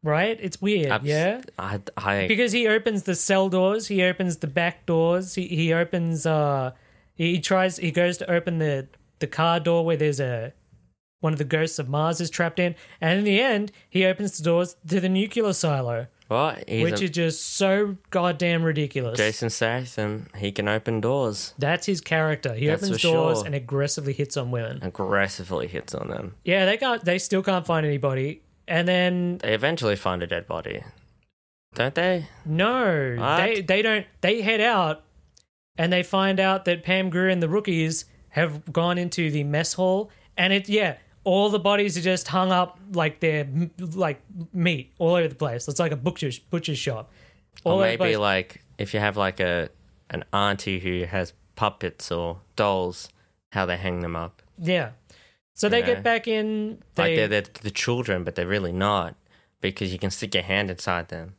C: right? It's weird,
A: Abs-
C: yeah.
A: I, I
C: Because he opens the cell doors, he opens the back doors, he he opens uh, he, he tries, he goes to open the the car door where there's a one of the ghosts of Mars is trapped in, and in the end, he opens the doors to the nuclear silo,
A: what? He's
C: which
A: a-
C: is just so goddamn ridiculous.
A: Jason Statham. He can open doors.
C: That's his character. He
A: That's
C: opens
A: for
C: doors
A: sure.
C: and aggressively hits on women.
A: Aggressively hits on them.
C: Yeah, they can't. They still can't find anybody. And then
A: They eventually find a dead body, don't they?
C: No,
A: What?
C: they they don't. They head out, and they find out that Pam Grier and the rookies have gone into the mess hall, and it yeah, all the bodies are just hung up like they're m- like meat all over the place. It's like a butcher's butcher's shop. All
A: Or
C: over the
A: maybe
C: place.
A: like if you have like a an auntie who has puppets or dolls, how they hang them up.
C: yeah. So they
A: know.
C: get back in.
A: like
C: They,
A: they're, they're the children, but they're really not because you can stick your hand inside *laughs* them.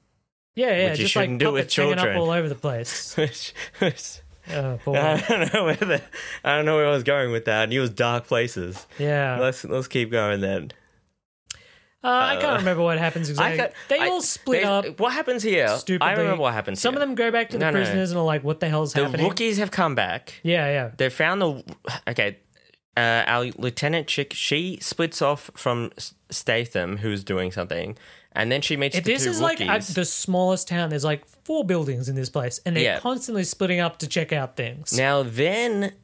C: yeah, yeah,
A: which you
C: just like
A: shouldn't do with
C: puppets hanging up
A: children.
C: all over
A: *laughs*
C: the place.
A: Which- which-
C: oh boy,
A: I don't know where the, I don't know where I was going with that. I knew it was dark places.
C: yeah.
A: Let's let's keep going then.
C: Uh, I can't remember what happens exactly.
A: can't-
C: they
A: I-
C: all split
A: they-
C: up.
A: What happens here?
C: Stupidly.
A: I remember what happens.
C: Some
A: here.
C: of them go back to the
A: No, no.
C: prisoners and are like, "What the hell's
A: the
C: happening?"
A: rookies have come back.
C: Yeah, yeah.
A: they found the okay. Uh, our lieutenant chick, she splits off from S- Statham, who's doing something, and then she meets
C: If
A: the
C: this
A: two
C: is like
A: rookies.
C: a, the smallest town, there's like four buildings in this place, and they're
A: Yeah.
C: constantly splitting up to check out things.
A: now then,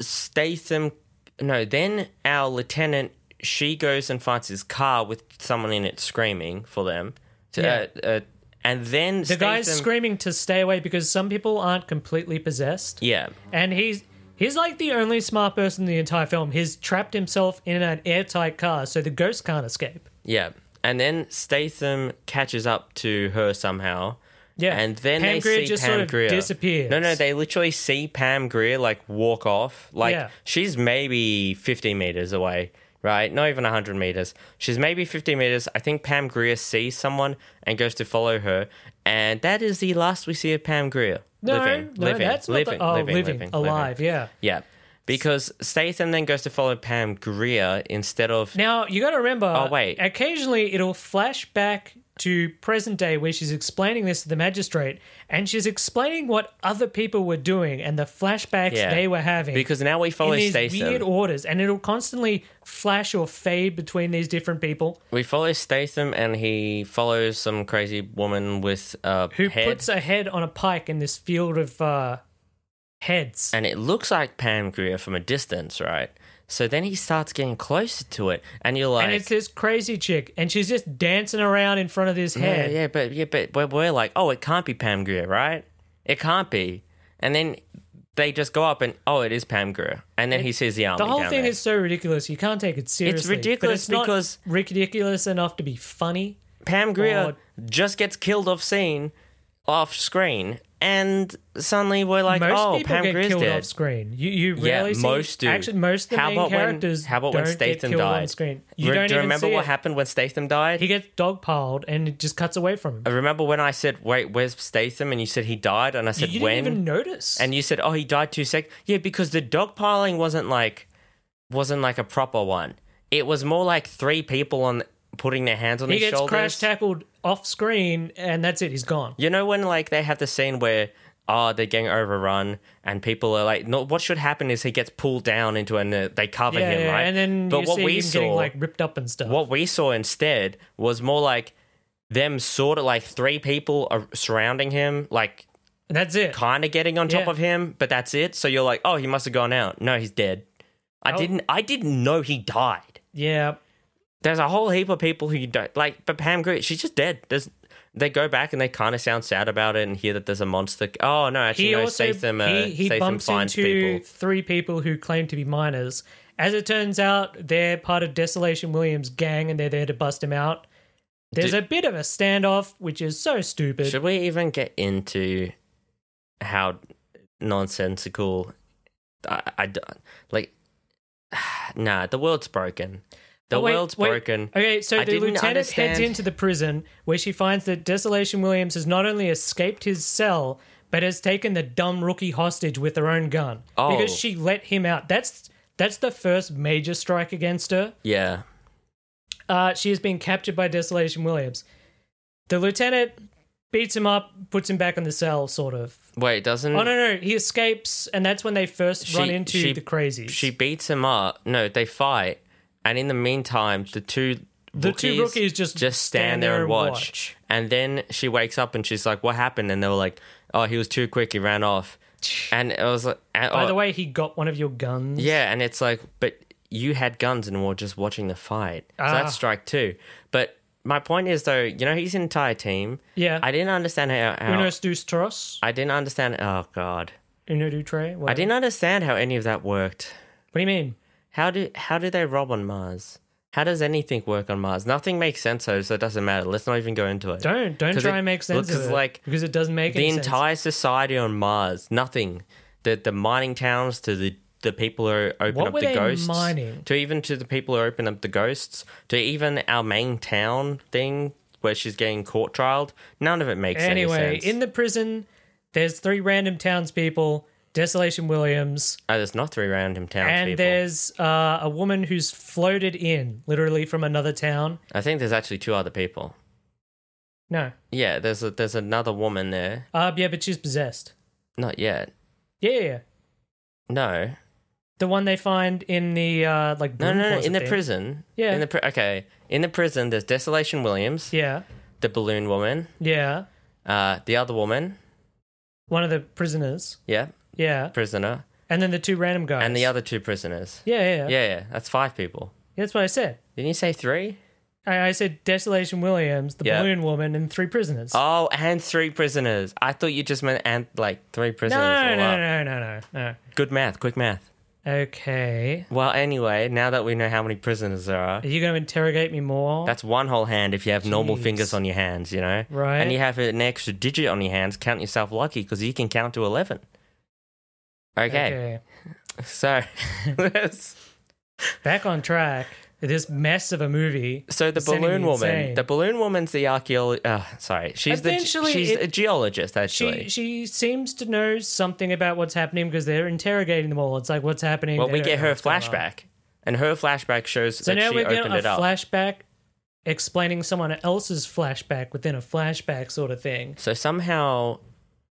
A: Statham, no, then our lieutenant, she goes and finds his car with someone in it screaming for them. To,
C: Yeah.
A: uh, uh, and then
C: the guy's
A: Statham-
C: screaming to stay away because some people aren't completely possessed,
A: Yeah,
C: and he's he's like the only smart person in the entire film. He's trapped himself in an airtight car, so the ghost can't escape.
A: yeah, and then Statham catches up to her somehow.
C: Yeah,
A: And then
C: Pam
A: they
C: Grier
A: see
C: just
A: Pam
C: sort of
A: Grier.
C: disappears.
A: No, no, they literally see Pam Greer like walk off. Like
C: Yeah.
A: she's maybe 50 meters away, right? Not even 100 meters. She's maybe 50 meters. I think Pam Greer sees someone and goes to follow her. And that is the last we see of Pam Greer.
C: no, no, that's not the, oh, living, alive, yeah.
A: Yeah. Because Statham then goes to follow Pam Greer instead of.
C: Now you got to remember.
A: Oh, wait.
C: Occasionally, it'll flash back to present day where she's explaining this to the magistrate and she's explaining what other people were doing and the flashbacks
A: Yeah.
C: they were having
A: Because now we
C: in
A: follow
C: these
A: Statham.
C: weird orders and it'll constantly flash or fade between these different people
A: we follow Statham, and he follows some crazy woman with a
C: who
A: head,
C: puts a head on a pike in this field of uh, heads
A: and it looks like Pam Grier from a distance, right? So then he starts getting closer to it, and you're like,
C: and it's this crazy chick and she's just dancing around in front of this
A: yeah,
C: head
A: yeah, but yeah, but we're, we're like, oh, it can't be Pam Grier, right? It can't be. And then they just go up, and oh, it is Pam Grier. And then he sees the army.
C: The whole
A: down
C: thing
A: there.
C: is so ridiculous. You can't take it seriously. but
A: ridiculous
C: not
A: because-
C: ridiculous enough to be funny.
A: Pam Grier
C: God.
A: just gets killed off scene, off screen, and suddenly we're like,
C: most
A: oh,
C: people
A: Pam
C: get
A: Grier's
C: killed
A: dead.
C: off screen. You you
A: Yeah,
C: rarely see
A: most do.
C: Actually, most of the
A: how
C: main
A: about
C: characters
A: when, how about
C: don't
A: when Statham
C: get killed
A: died?
C: on screen. You
A: Re-
C: don't
A: do you
C: even
A: remember
C: see
A: what
C: it.
A: happened when Statham died?
C: He gets dogpiled and it just cuts away from him.
A: I remember when I said, "Wait, where's Statham?" and you said he died, and I
C: You
A: said,
C: didn't
A: "When?"
C: even notice.
A: and you said, "Oh, he died two sec." Yeah, because the dog piling wasn't like wasn't like a proper one. It was more like three people on putting their hands on
C: he
A: his
C: gets
A: shoulders.
C: crash tackled off screen, and that's it. He's gone.
A: You know when like they have the scene where oh they're getting overrun and people are like no what should happen is he gets pulled down into and uh, they cover
C: Yeah,
A: him
C: yeah,
A: right
C: and then
A: but
C: you
A: what
C: see
A: we
C: him
A: saw
C: getting like ripped up and stuff.
A: what we saw instead was more like them sort of like three people are surrounding him like
C: And that's it.
A: kind of getting on top
C: Yeah.
A: of him but that's it so you're like oh he must have gone out no he's dead I
C: Oh.
A: didn't I didn't know he died
C: Yeah,
A: there's a whole heap of people who don't like but pam Grier, she's just dead there's they go back and they kind of sound sad about it and hear that there's a monster oh no actually
C: he
A: no
C: also
A: Statham, uh,
C: he, he
A: Statham
C: bumps
A: finds
C: into
A: people
C: three people who claim to be miners. As it turns out, they're part of Desolation Williams' gang, and they're there to bust him out. There's
A: Do-
C: a bit of a standoff, which is so stupid.
A: should we even get into how nonsensical I, I d- like *sighs* nah the world's broken the
C: Oh, wait,
A: world's
C: wait.
A: broken
C: Okay, so
A: I
C: the
A: didn't
C: lieutenant heads
A: understand-
C: into the prison where she finds that Desolation Williams has not only escaped his cell, but has taken the dumb rookie hostage with her own gun
A: Oh.
C: because she let him out. That's that's the first major strike against her.
A: yeah
C: Uh, she has been captured by Desolation Williams. The lieutenant beats him up, puts him back in the cell, sort of.
A: wait doesn't
C: Oh no, no, he escapes, and that's when they first run
A: She-
C: into
A: she-
C: the crazies.
A: she beats him up no they fight and in the meantime the two
C: the two rookies just
A: just stand there and watch. And then she wakes up and she's like, "What happened?" And they were like, "Oh, he was too quick. He ran
C: *sighs*
A: off." And it was like, and,
C: By
A: oh,
C: the way, he got one of your guns.
A: yeah. And it's like, but you had guns and were just watching the fight. So
C: Ah.
A: that's strike two. But my point is though, you know, he's an entire team.
C: Yeah.
A: I didn't understand how. how
C: Uno dos tres.
A: I didn't understand. Oh god,
C: Uno do tre.
A: I didn't understand how any of that worked.
C: What do you mean?
A: How do how do they rob on Mars? How does anything work on Mars? Nothing makes sense though, so it doesn't matter. Let's not even go into it.
C: Don't don't
A: 'Cause
C: try
A: it-
C: and make sense of
A: because,
C: it
A: like,
C: because it doesn't make
A: the
C: any sense.
A: entire society on Mars, nothing. The the mining towns to the the people who open
C: What
A: up
C: were
A: the
C: they
A: ghosts,
C: mining?
A: to even to the people who open up the ghosts, to even our main town thing where she's getting court trialed. None of it makes
C: Anyway,
A: any sense.
C: in the prison, there's three random townspeople. Desolation Williams,
A: oh, there's not three random
C: and
A: townspeople.
C: there's uh, a woman who's floated in, literally from another town.
A: I think there's actually two other people.
C: No,
A: Yeah, there's a, there's another woman there.
C: uh, yeah, but she's possessed.
A: Not yet.
C: Yeah, yeah, yeah.
A: No,
C: the one they find in the uh, like
A: no,
C: broom
A: no, no.
C: closet
A: In the
C: thing.
A: prison.
C: Yeah.
A: In the pri- okay. In the prison, there's Desolation Williams,
C: Yeah,
A: the balloon woman,
C: yeah,
A: uh, the other woman.
C: one of the prisoners.
A: Yeah.
C: Yeah,
A: prisoner
C: and then the two random guys
A: and the other two prisoners.
C: Yeah, yeah,
A: Yeah,
C: yeah.
A: yeah, that's five people.
C: That's what I said.
A: Didn't you say three?
C: I, I said Desolation Williams, the
A: Yeah.
C: balloon woman, and three prisoners.
A: Oh, and three prisoners. I thought you just meant and like three
C: no,
A: prisoners. Oh,
C: no,
A: all
C: no,
A: up.
C: no, no, no,
A: Good math, quick math.
C: no. Okay,
A: Well, anyway, now that we know how many prisoners there are,
C: are you going to interrogate me more?
A: that's one whole hand if you have normal
C: Jeez.
A: fingers on your hands, you know?
C: Right.
A: And you have an extra digit on your hands, count yourself lucky because you can count to 11. Okay, so *laughs* let's-
C: Back on track. This mess of a movie.
A: so the
C: It's sending
A: balloon
C: me
A: woman,
C: insane.
A: the balloon woman's the archaeologist. Uh, sorry, she's
C: Eventually
A: the ge- she's
C: it-
A: a geologist actually.
C: She she seems to know something about what's happening because they're interrogating them all. It's like what's happening.
A: Well,
C: They
A: we
C: don't
A: get
C: know
A: her
C: what's going on.
A: flashback, and her flashback shows
C: So
A: that
C: now
A: she
C: we're getting
A: opened
C: a
A: it up.
C: flashback explaining someone else's flashback within a flashback sort of thing.
A: So somehow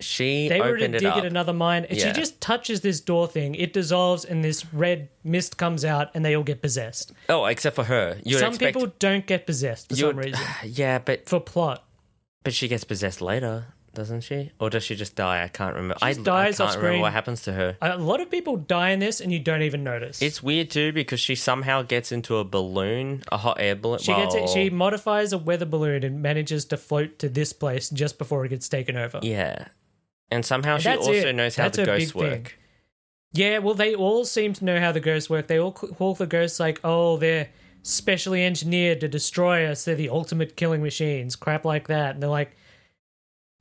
A: she
C: They were to
A: opened it
C: dig
A: up.
C: at another mine, and
A: Yeah.
C: she just touches this door thing. It dissolves, and this red mist comes out, and they all get possessed.
A: oh, except for her. You'd
C: some
A: expect,
C: people don't get possessed for some
A: you'd-
C: reason
A: *sighs* Yeah, but
C: for plot.
A: but she gets possessed later, doesn't she? Or does she just die? I can't remember. I,
C: just dies
A: I
C: off
A: can't remember what
C: screen.
A: happens to her.
C: A lot of people die in this, and you don't even notice.
A: It's weird too because she somehow gets into a balloon, a hot air balloon.
C: she gets it,
A: well,
C: she modifies a weather balloon and manages to float to this place just before it gets taken over.
A: Yeah, and somehow
C: And
A: she
C: that's
A: also
C: it.
A: knows how
C: That's
A: the
C: her
A: ghosts
C: big thing.
A: work.
C: Yeah, well, they all seem to know how the ghosts work. They all c- call the ghosts like, oh, they're specially engineered to destroy us. They're the ultimate killing machines, crap like that. And they're like,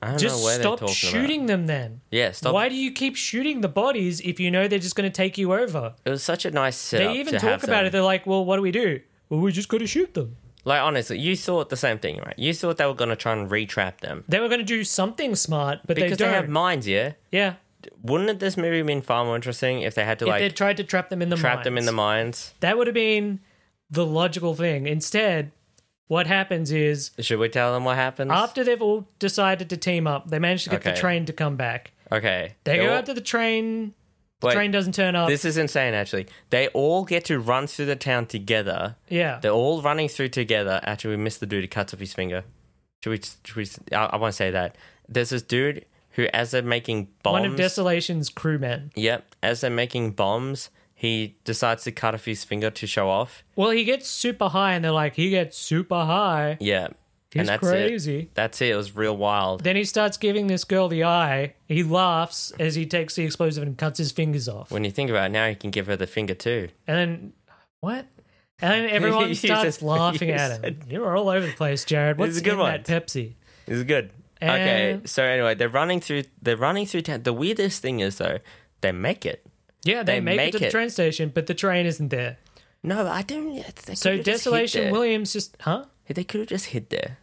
A: I don't
C: just
A: know where they're
C: stop
A: talking about.
C: shooting them then.
A: Yeah, stop.
C: Why do you keep shooting the bodies if you know they're just going to take you over?
A: It was such a nice setup.
C: They even
A: to
C: talk
A: have
C: about
A: them.
C: it. They're like, well, what do we do? Well, we just got to shoot them.
A: Like honestly, you thought the same thing, right? You thought they were gonna try and retrap them
C: They were going to do something smart, but
A: because
C: they
A: they,
C: don't.
A: have minds. Yeah,
C: yeah.
A: wouldn't this movie been far more interesting if they had to
C: if they
A: like
C: tried to trap them in the
A: trap them in
C: mines.
A: the mines?
C: That would have been the logical thing. Instead, what happens is
A: Should we tell them what happens?
C: After they've all decided to team up, they manage to get the
A: Okay.
C: train to come back.
A: okay,
C: They go
A: all-
C: out to the train. The
A: wait,
C: train doesn't turn up.
A: This is insane. Actually, they all get to run through the town together.
C: yeah.
A: They're all running through together. Actually, we missed the dude who cuts off his finger. Should we? Should we I, I won't say that. There's this dude who, as they're making bombs,
C: One of Desolation's crewmen.
A: Yep. As they're making bombs, he decides to cut off his finger to show off.
C: Well, he gets super high, and they're like, he gets super high.
A: Yeah.
C: He's
A: and that's
C: crazy.
A: it. That's it. It was real wild.
C: Then he starts giving this girl the eye. He laughs as he takes the explosive and cuts his fingers off.
A: When you think about it, now he can give her the finger too.
C: And then, what?
A: *laughs*
C: And then everyone
A: You
C: starts
A: said-
C: laughing
A: you
C: at him. You're all over the place, Jared.
A: This is
C: What's
A: a good
C: in
A: one.
C: that Pepsi?
A: This is good. okay.
C: And-
A: So anyway, they're running through. They're running through town. The weirdest thing is though, they make it.
C: Yeah, they,
A: They
C: make,
A: make
C: it to the
A: it.
C: train station, but the train isn't there.
A: No, I don't. yeah, They
C: So
A: could've just hid
C: Desolation
A: there.
C: Williams just, huh?
A: They could have just hid there.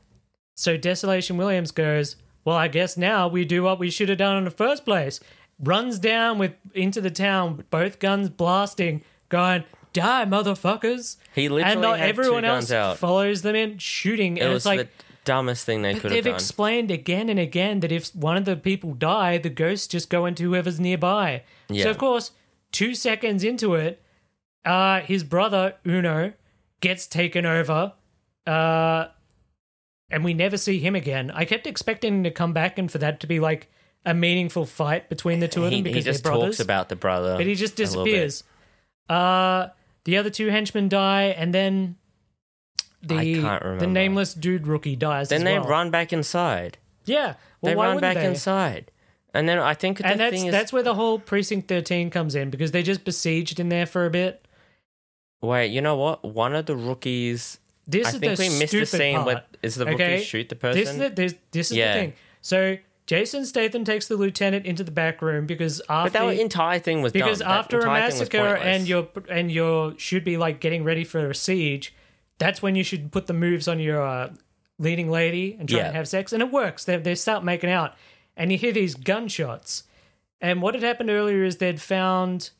C: So Desolation Williams goes, Well, I guess now we do what we should have done in the first place. Runs down with into the town, with both guns blasting, going, Die, motherfuckers.
A: He literally
C: and uh,
A: had
C: everyone
A: two guns
C: else
A: out.
C: follows them in, shooting.
A: It
C: and
A: was
C: it's like,
A: the dumbest thing they could have
C: They've
A: done.
C: explained again and again that if one of the people die, the ghosts just go into whoever's nearby. So
A: Yeah.
C: of course, two seconds into it, uh, his brother Uno gets taken over, uh, and we never see him again. I kept expecting him to come back and for that to be like a meaningful fight between the two of
A: he,
C: them
A: he
C: because
A: just
C: they're brothers.
A: talks about the brother,
C: but he just
A: a little bit.
C: disappears. Uh, the other two henchmen die, and then the
A: I can't
C: the
A: remember.
C: nameless dude rookie dies.
A: Then
C: as
A: they
C: well.
A: run back inside.
C: Yeah. Well,
A: they
C: why
A: run
C: wouldn't
A: back
C: they?
A: inside. And then I think the
C: And that's
A: thing is,
C: that's where the whole precinct thirteen comes in because they're just besieged in there for a bit.
A: wait, you know what? One of the rookies.
C: This
A: I
C: is
A: think
C: the
A: we missed the
C: stupid
A: scene
C: part,
A: where is the rookie
C: okay?
A: shoot the
C: This is
A: person.
C: the, this, this is
A: Yeah.
C: the thing. So Jason Statham takes the lieutenant into the back room because
A: but
C: after
A: that entire thing was
C: because
A: dumb. That
C: after a
A: entire thing was
C: massacre
A: pointless.
C: and you're and you're should be like getting ready for a siege, that's when you should put the moves on your uh, leading lady and try
A: Yeah.
C: and have sex, and it works. They they start making out, and you hear these gunshots. And what had happened earlier is they'd found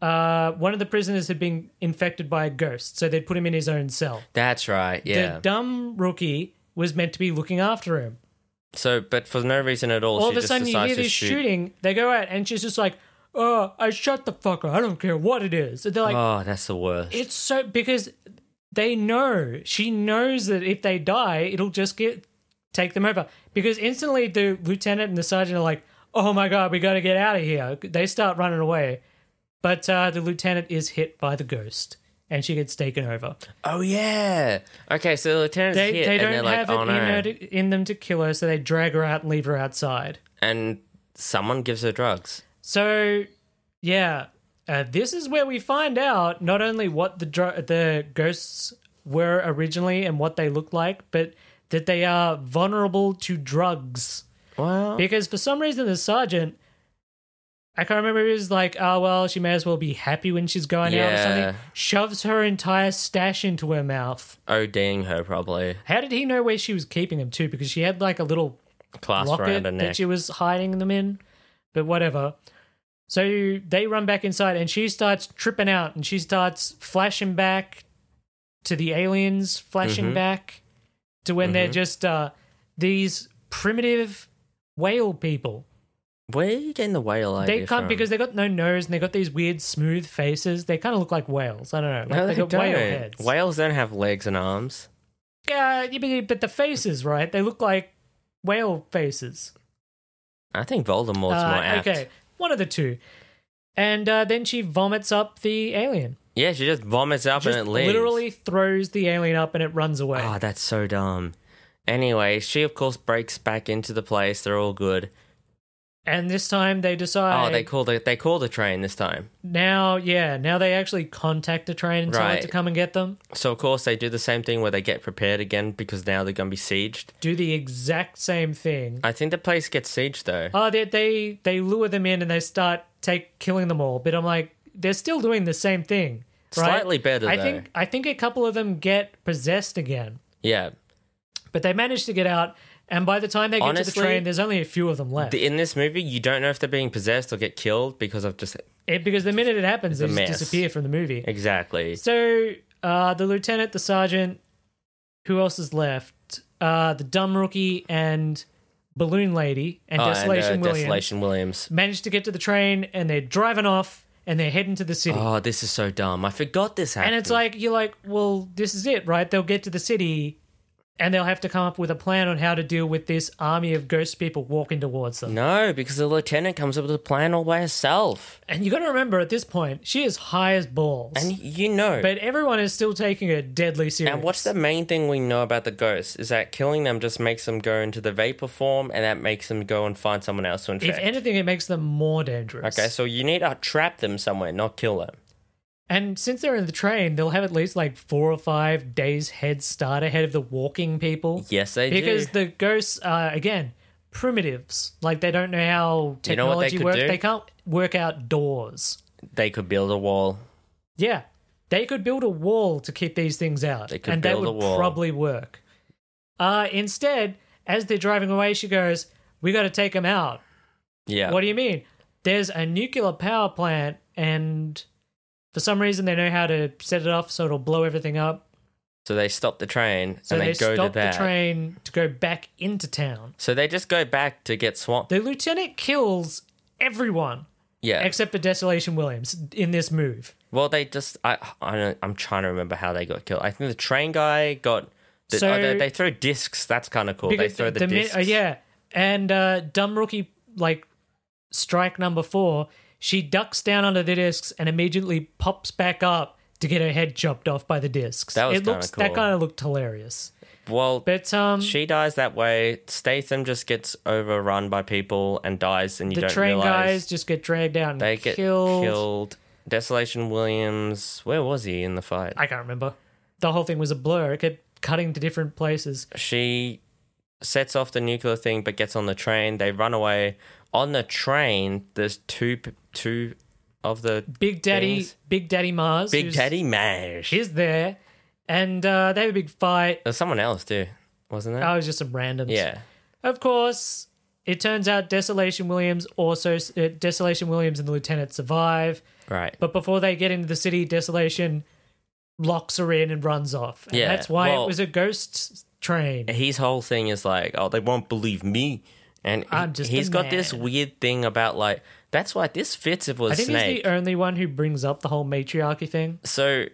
C: uh, one of the prisoners had been infected by a ghost, so they'd put him in his own cell.
A: that's right, yeah.
C: The dumb rookie was meant to be looking after him.
A: so, but for no reason at all,
C: All
A: she
C: of a
A: just
C: sudden, you
A: decides
C: hear
A: to
C: this
A: shoot.
C: shooting. They go out, and she's just like, "Oh, I shot the fucker. I don't care what it is." And they're like,
A: oh, that's the worst.
C: "It's so because they know she knows that if they die, it'll just get take them over." Because instantly, the lieutenant and the sergeant are like, "Oh my god, we got to get out of here!" They start running away, but uh, the lieutenant is hit by the ghost, and she gets taken over.
A: oh yeah. Okay, so the lieutenant's
C: They
A: hit,
C: they
A: and they're
C: don't
A: like,
C: have
A: oh
C: it in,
A: no.
C: her to, in them to kill her, so they drag her out and leave her outside.
A: and someone gives her drugs.
C: So, yeah, uh, this is where we find out not only what the dr- the ghosts were originally and what they look like, but that they are vulnerable to drugs.
A: Well,
C: Because for some reason, the sergeant, I can't remember, he was like, "Oh well, she may as well be happy when she's going out or
A: Yeah.
C: something." Shoves her entire stash into her mouth.
A: ODing Oh, her probably.
C: How did he know where she was keeping them too? Because she had like a little
A: Clasp
C: locket
A: around her
C: that
A: neck.
C: she was hiding them in, but whatever. So they run back inside, and she starts tripping out, and she starts flashing back to the aliens flashing
A: Mm-hmm.
C: back to when they're just uh, these primitive whale people.
A: Where are you getting the whale idea?
C: They can't
A: from?
C: because they got no nose and they got these weird smooth faces. They kind of look like whales. I don't know. Like
A: no,
C: they,
A: they
C: got
A: don't.
C: whale heads.
A: Whales don't have legs and arms.
C: Uh, yeah, but, but the faces, right? They look like whale faces.
A: I think Voldemort's
C: Uh,
A: more apt.
C: Okay, one of the two. And uh, then she vomits up the alien.
A: Yeah, she just vomits up
C: Just
A: and it leaves.
C: literally throws the alien up and it runs away.
A: Oh, that's so dumb. Anyway, she of course breaks back into the place. They're all good.
C: and this time they decide.
A: Oh, they call the they call the train this time.
C: now, yeah, now they actually contact the train and tell it
A: Right.
C: to come and get them.
A: So of course they do the same thing where they get prepared again because now they're gonna be sieged.
C: Do the exact same thing.
A: I think the place gets sieged though.
C: Oh, they, they they lure them in and they start take killing them all. But I'm like, they're still doing the same thing. Right?
A: Slightly better,
C: I
A: though.
C: think I think a couple of them get possessed again,
A: yeah.
C: but they manage to get out. And by the time they get to
A: Honestly,
C: the train, there's only a few of them left.
A: The- in this movie, you don't know if they're being possessed or get killed because of just
C: It- because the minute it happens, they
A: It's a
C: just
A: mess.
C: disappear from the movie.
A: exactly.
C: So uh, the lieutenant, the sergeant, who else is left? Uh, the dumb rookie and balloon lady and
A: Oh, and, uh,
C: Desolation Williams
A: Desolation Williams.
C: manage to get to the train, and they're driving off and they're heading to the city.
A: Oh, this is so dumb. I forgot this happened.
C: And it's like you're like, well, this is it, right? They'll get to the city, and they'll have to come up with a plan on how to deal with this army of ghost people walking towards them.
A: no, because the lieutenant comes up with a plan all by herself,
C: And you got to remember, at this point, she is high as balls,
A: and you know.
C: but everyone is still taking her deadly serious.
A: and what's the main thing we know about the ghosts is that killing them just makes them go into the vapor form, and that makes them go and find someone else to
C: If
A: infect.
C: anything, it makes them more dangerous.
A: okay, so you need to trap them somewhere, not kill them.
C: And since they're in the train, they'll have at least like four or five days head start ahead of the walking people.
A: Yes, they
C: because
A: do.
C: the ghosts are again primitives. Like they don't know how
A: You know what they
C: technology
A: could
C: works.
A: do?
C: They can't work out doors.
A: they could build a wall.
C: Yeah, they could build a wall to keep these things out,
A: They could
C: and
A: build
C: that
A: a
C: would
A: wall.
C: probably work. Uh, instead, as they're driving away, she goes, "We got to take them out."
A: Yeah.
C: What do you mean? There's a nuclear power plant, and for some reason they know how to set it off so it'll blow everything up.
A: so they stop the train
C: So
A: and
C: they,
A: they, go
C: stop
A: to that.
C: the train to go back into town.
A: So they just go back to get swamped.
C: The lieutenant kills everyone
A: Yeah.
C: except for Desolation Williams in this move.
A: well, they just I I don't, I'm trying to remember how they got killed. I think the train guy got. The,
C: So-
A: oh, they, they throw discs. That's kind of cool. They
C: Because
A: throw the,
C: min-
A: discs.
C: uh, yeah, and uh, dumb rookie like strike number four. She ducks down under the discs and immediately pops back up to get her head chopped off by the discs.
A: That was
C: it looks
A: kinda
C: that
A: cool.
C: kind of looked hilarious.
A: Well,
C: But um,
A: she dies that way. Statham just gets overrun by people and dies, and you
C: the
A: don't
C: train
A: realize
C: guys just get dragged out and
A: they get
C: killed.
A: killed. Desolation Williams. Where was he in the fight?
C: I can't remember. The whole thing was a blur. It kept cutting to different places.
A: she sets off the nuclear thing but gets on the train they run away on the train there's two p- two of the
C: Big Daddy,
A: Things.
C: Big Daddy Mars,
A: big
C: who's-
A: daddy mash
C: is there, and uh, they have a big fight.
A: there's someone else too wasn't there
C: I was just some randoms.
A: yeah
C: Of course, it turns out Desolation Williams also uh, Desolation Williams and the lieutenant survive,
A: right
C: but before they get into the city, Desolation locks her in and runs off. And
A: Yeah,
C: that's why
A: well-
C: it was a ghost train.
A: his whole thing is like oh they won't believe me and
C: I'm just a
A: he, has got this
C: man.
A: weird thing about like that's why this fits if it was
C: I think
A: snake
C: he's the uh, only one who brings up the whole matriarchy thing.
A: so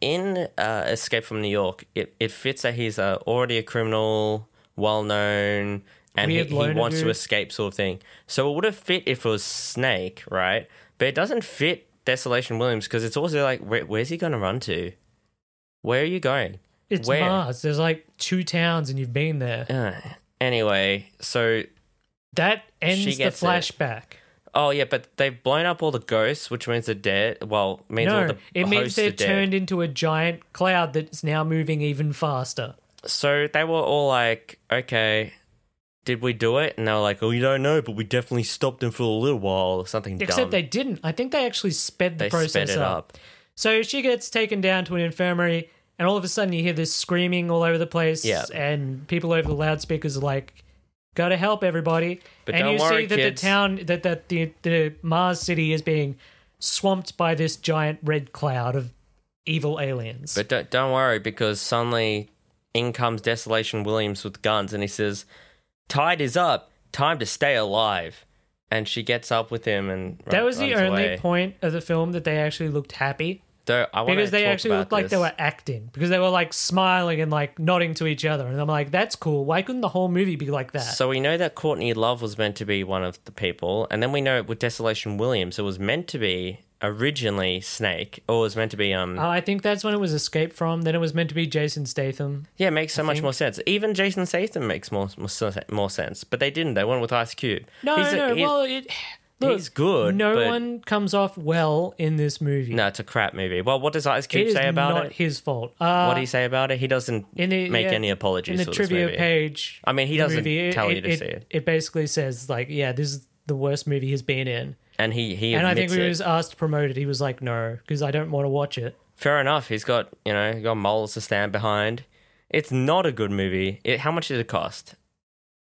A: in uh, Escape from New York, it, it fits that he's uh, already a criminal, well known, and he,
C: Weird
A: he
C: loner
A: wants to
C: dude.
A: escape, sort of thing. So it would have fit if it was Snake, right? But it doesn't fit Desolation Williams because it's also like, where, where's he going to run to? Where are you going?
C: It's
A: Where?
C: Mars. There's like two towns, and you've been there.
A: Uh, anyway, so
C: That ends the
A: gets it.
C: flashback.
A: oh yeah, but they've blown up all the ghosts, which means they're dead. Well, means all
C: No,
A: the
C: it means
A: hosts are
C: they're
A: dead.
C: turned into a giant cloud that's now moving even faster.
A: so they were all like, okay, did we do it? And they were like, oh, you don't know, but we definitely stopped them for a little while or something
C: Except
A: dumb.
C: they didn't. I think they actually sped the
A: They
C: process
A: sped it
C: up.
A: up.
C: So she gets taken down to an infirmary, and all of a sudden you hear this screaming all over the place.
A: Yeah.
C: And people over the loudspeakers are like, "Gotta help everybody!"
A: But
C: and
A: don't
C: you
A: worry,
C: see that
A: kids.
C: the town that that the the Mars city is being swamped by this giant red cloud of evil aliens.
A: But don't, don't worry, because suddenly in comes Desolation Williams with guns and he says, Tide is up, time to stay alive. And she gets up with him and
C: that
A: run-
C: was the
A: runs
C: only
A: away.
C: point of the film that they actually looked happy
A: Though I wanna
C: because they
A: talk
C: actually
A: about
C: looked like they
A: this.
C: were acting because they were like smiling and like nodding to each other and I'm like that's cool why couldn't the whole movie be like that
A: So we know that Courtney Love was meant to be one of the people, and then we know with Desolation Williams, it was meant to be originally Snake, or it was meant to be um.
C: Uh, I think that's when it was escaped from then it was meant to be Jason Statham
A: yeah, it makes so much more sense. Even Jason Statham makes more more, se- more sense, but they didn't. They went with Ice Cube.
C: no
A: He's a-
C: no
A: he's-
C: well it look,
A: he's good,
C: no
A: but-
C: one comes off well in this movie
A: no, it's a crap movie. Well, what does Ice
C: it
A: Cube
C: is
A: say about
C: not
A: it?
C: his fault uh,
A: what do you say about it? He doesn't
C: in the-
A: make
C: yeah,
A: any apologies
C: in the
A: for
C: trivia
A: this movie.
C: page
A: I mean, he
C: the
A: doesn't
C: movie,
A: tell you to see it,
C: it basically says like yeah this is the worst movie he's been in
A: and he he
C: and I think
A: admits
C: when he
A: it.
C: was asked to promote it, he was like, "No, because I don't want to watch it."
A: fair enough. He's got you know he got moles to stand behind. It's not a good movie. It, how much did it cost?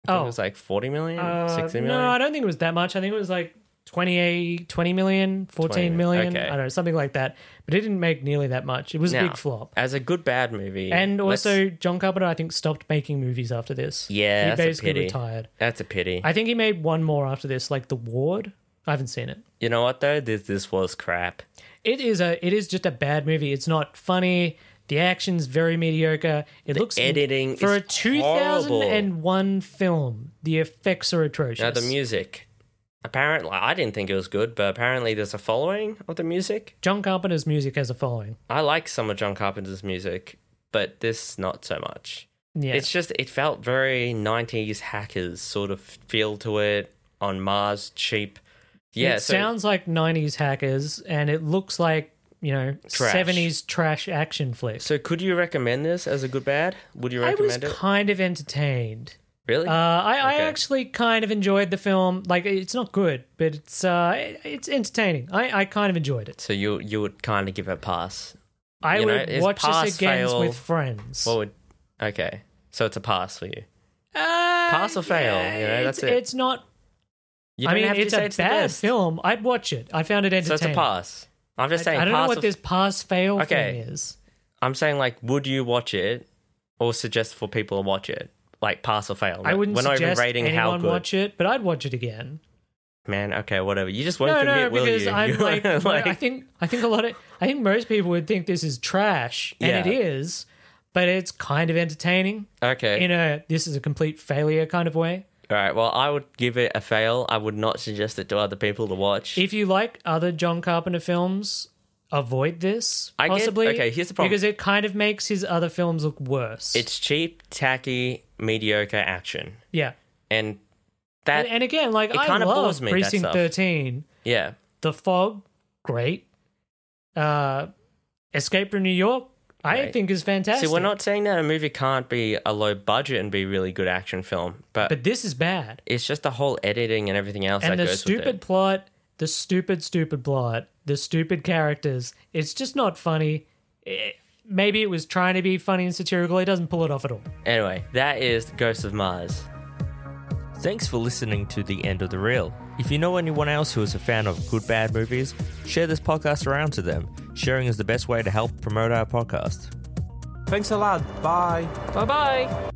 A: I think
C: Oh,
A: it was like 40 million,
C: uh,
A: 60 million.
C: No, I don't think it was that much. I think it was like 28, 20 million, 14 million.
A: okay.
C: I don't know, something like that. But it didn't make nearly that much. It was a
A: Now,
C: big flop.
A: As a good bad movie.
C: And
A: let's-
C: also, John Carpenter, I think, stopped making movies after this.
A: Yeah,
C: he
A: that's a
C: basically
A: pity.
C: retired.
A: that's a pity.
C: I think he made one more after this, like The Ward. I haven't seen it.
A: you know what though? This this was crap.
C: It is a. It is just a bad movie. It's not funny. The action's very mediocre. It looks
A: editing
C: for
A: is
C: a two thousand and one film. The effects are atrocious.
A: Now the music. Apparently, I didn't think it was good, but apparently there's a following of the music.
C: John Carpenter's music has a following.
A: I like some of John Carpenter's music, but this not so much.
C: Yeah,
A: It's just it felt very 90s hackers sort of feel to it on Mars cheap. Yeah,
C: it
A: so
C: sounds like '90s hackers, and it looks like you know
A: Trash.
C: '70s trash action flicks.
A: so could you recommend this as a good bad? Would you
C: I was
A: recommend it?
C: kind of entertained.
A: Really?
C: Uh, I, I
A: Okay.
C: actually kind of enjoyed the film. Like, it's not good, but it's uh, it- it's entertaining. I, I kind of enjoyed it.
A: So you you would kind of give it a pass.
C: I
A: You know,
C: would
A: it's
C: watch
A: pass,
C: this again
A: fail.
C: with friends.
A: What would? Okay, so it's a pass for you.
C: Uh,
A: Pass or fail, you know, that's
C: it's,
A: it.
C: It's not.
A: You
C: I
A: don't
C: mean,
A: have to
C: it's
A: say
C: a
A: it's the
C: bad
A: best.
C: film. I'd watch it. I found it
A: So
C: entertaining.
A: it's a pass. I'm just saying.
C: I don't
A: pass
C: know what
A: or-
C: this pass fail
A: Okay.
C: thing is.
A: I'm saying like, would you watch it, or suggest for people to watch it? Like pass or fail.
C: I wouldn't
A: We're not even
C: suggest
A: rating
C: anyone
A: how good.
C: watch it, but I'd watch it again.
A: Man, okay, whatever. You just won't
C: No, no,
A: commit, will
C: because
A: you? *laughs*
C: I'm
A: You
C: like,
A: won't,
C: I think I think a lot of I think most people would think this is trash, and
A: Yeah. Eh.
C: it is, but it's kind of entertaining
A: okay.
C: in a this is a complete failure kind of way.
A: All right. Well, I would give it a fail. I would not suggest it to other people to watch.
C: If you like other John Carpenter films, avoid this
A: I get-
C: possibly.
A: okay, here's the problem.
C: because it kind of makes his other films look worse.
A: it's cheap, tacky, mediocre action,
C: yeah,
A: and that
C: and, and again, like
A: it
C: I
A: kinda
C: love
A: bores me, that
C: Precinct
A: stuff.
C: Thirteen.
A: yeah.
C: The Fog, great. Uh, Escape from New York, I
A: Great.
C: think is fantastic.
A: See, we're not saying that a movie can't be a low budget and be a really good action film, but,
C: but this is bad.
A: it's just the whole editing and everything else
C: and
A: that
C: the
A: goes with
C: stupid
A: it.
C: plot, the stupid, stupid plot, the stupid characters. It's just not funny. Eh, maybe it was trying to be funny and satirical. It doesn't pull it off at all.
A: Anyway, that is Ghost of Mars. Thanks for listening to the end of the reel. If you know anyone else who is a fan of good bad movies, share this podcast around to them. Sharing is the best way to help promote our podcast.
B: Thanks a lot. Bye.
C: Bye bye.